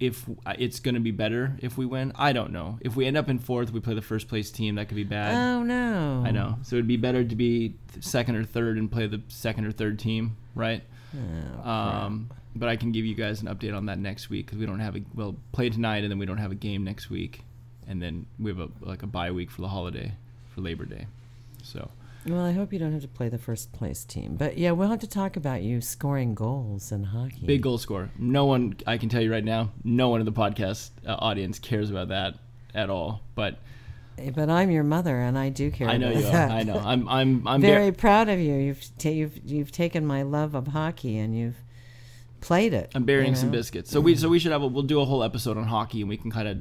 if uh, it's going to be better if we win, I don't know. If we end up in fourth, we play the first place team. That could be bad.
oh no!
I know. So it'd be better to be th- second or third and play the second or third team, right?
Oh,
um, but I can give you guys an update on that next week because we don't have a well play tonight, and then we don't have a game next week, and then we have a like a bye week for the holiday for Labor Day. So
Well, I hope you don't have to play the first place team. But yeah, we'll have to talk about you scoring goals in hockey.
big goal scorer. No one I can tell you right now. No one in the podcast uh, audience cares about that at all. But
But I'm your mother, and I do care.
I know
about
you. Are.
that.
I
(laughs)
know. I'm. I'm. I'm
Very proud of you. You've ta- you've you've taken my love of hockey and you've played it.
I'm burying
you
some
know?
biscuits. So we so we should have a, we'll do a whole episode on hockey and we can kind of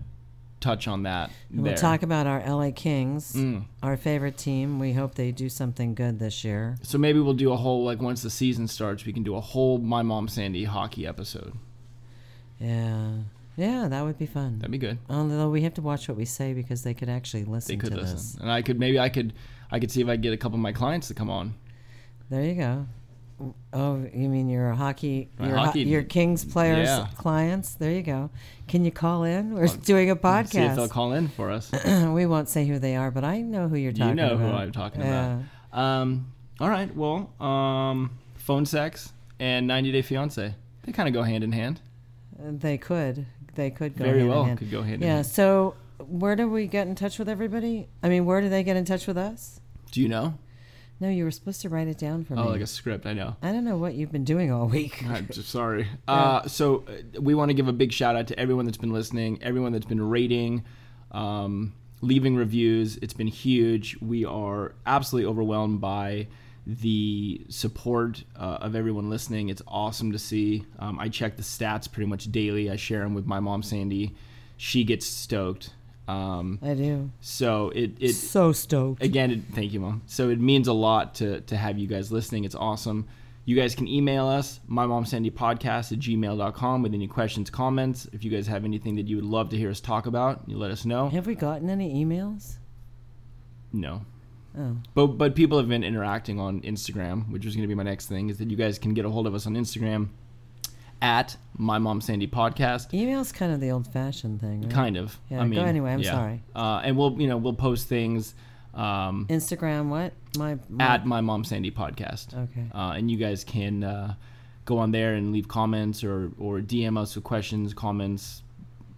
touch on that.
And We'll
there. Mm.
talk about our LA Kings, our favorite team. We hope they do something good this year.
So maybe we'll do a whole like once the season starts, we can do a whole my mom Sandy hockey episode.
Yeah, yeah, that would be fun.
That'd be good.
Although we have to watch what we say because they could actually listen
They could
to
listen,
this.
and I could maybe I could I could see if I could get a couple of my clients to come on.
There you go. Oh, you mean your hockey,
My
your, ho-
hockey-
your Kings players
yeah.
clients? There you go. Can you call in? We're doing a
See if they'll
podcast.
call in for us.
(clears throat) we won't say who they are, but I know who you're talking
you know
about.
who I'm talking about. Um, all right. Well, um, phone sex and 90 Day Fiance. They kind of go hand in hand.
Yeah, they could. They could go
Very
hand in
well
hand.
could go hand in
Yeah.
hand.
So where do we get in touch with everybody? I mean, where do they get in touch with us?
Do you know?
No, you were supposed to write it down for
Oh,
me.
like a script. I know.
I don't know what you've been doing
(laughs)
all week.
I'm just sorry. Uh, so uh, we want to give a big shout out to everyone that's been listening, everyone that's been rating, um, leaving reviews. It's been huge. We are absolutely overwhelmed by the support uh, of everyone listening. It's awesome to see. Um, I check the stats pretty much daily. I share them with my mom, Sandy. She gets stoked. Um,
I do.
so it it
so stoked.
again, it, thank you, mom. So it means a lot to to have you guys listening. It's awesome. You guys can email us, mymomsandypodcast at gmail.com with any questions, comments. If you guys have anything that you would love to hear us talk about, you let us know.
Have we gotten any emails?
No.
Oh,
But but people have been interacting on Instagram, which is going to be my next thing, is that you guys can get a hold of us on Instagram at my mom Sandy podcast.
email's kind of the old-fashioned thing. Right?
Kind of.
Yeah,
I
go
mean,
anyway, I'm
yeah.
sorry.
Uh, and we'll you know we'll post things um,
Instagram. What my, my
at my mom Sandy podcast.
Okay.
Uh, and you guys can uh, go on there and leave comments or or DM us with questions, comments,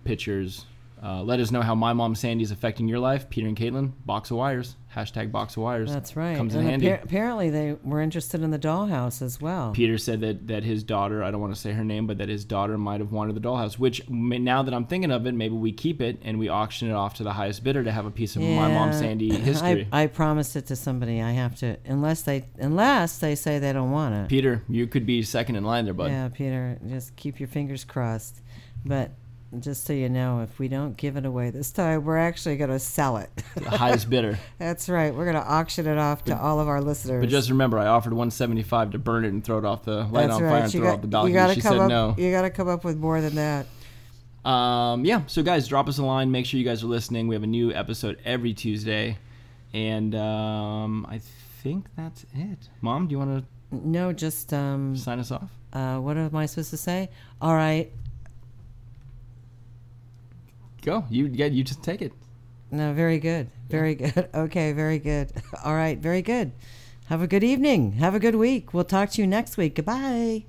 pictures. Uh, let us know how my mom Sandy is affecting your life, Peter and Caitlin. Box of wires. Hashtag box of wires.
That's right.
Comes in
and
handy.
appar- apparently, they were interested in the dollhouse as well.
Peter said that that his daughter, I don't want to say her name, but that his daughter might have wanted the dollhouse. Which ma- now that I'm thinking of it, maybe we keep it and we auction it off to the highest bidder to have a piece of my mom
Yeah.
Sandy history.
(laughs) I, I promised it to somebody. I have to, unless they unless they say they don't want it.
Peter, you could be second in line there, bud.
yeah, Peter, just keep your fingers crossed. But just so you know, if we don't give it away this time, we're actually going to sell it. (laughs)
The highest bidder.
That's right. We're going to auction it off to all of our listeners.
But just remember, I offered 175 to burn it and throw it off the light
That's
on
right.
fire and
you
throw it off the
got,
balcony.
you gotta
She
come
said
up,
no.
You got to come up with more than that.
Um, yeah. So guys, drop us a line. Make sure you guys are listening. We have a new episode every Tuesday, and um, I think that's it. Mom, do you want
No, just um,
to sign us off?
uh, what am I supposed to say? All right.
Go. You yeah, you just take it.
No, very good. Very good. (laughs) Okay, very good. (laughs) All right, very good. Have a good evening. Have a good week. We'll talk to you next week. Goodbye.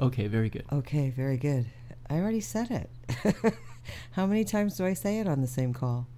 Okay. Very good.
(laughs) Okay, very good. I already said it. How many times do I say it on the same call?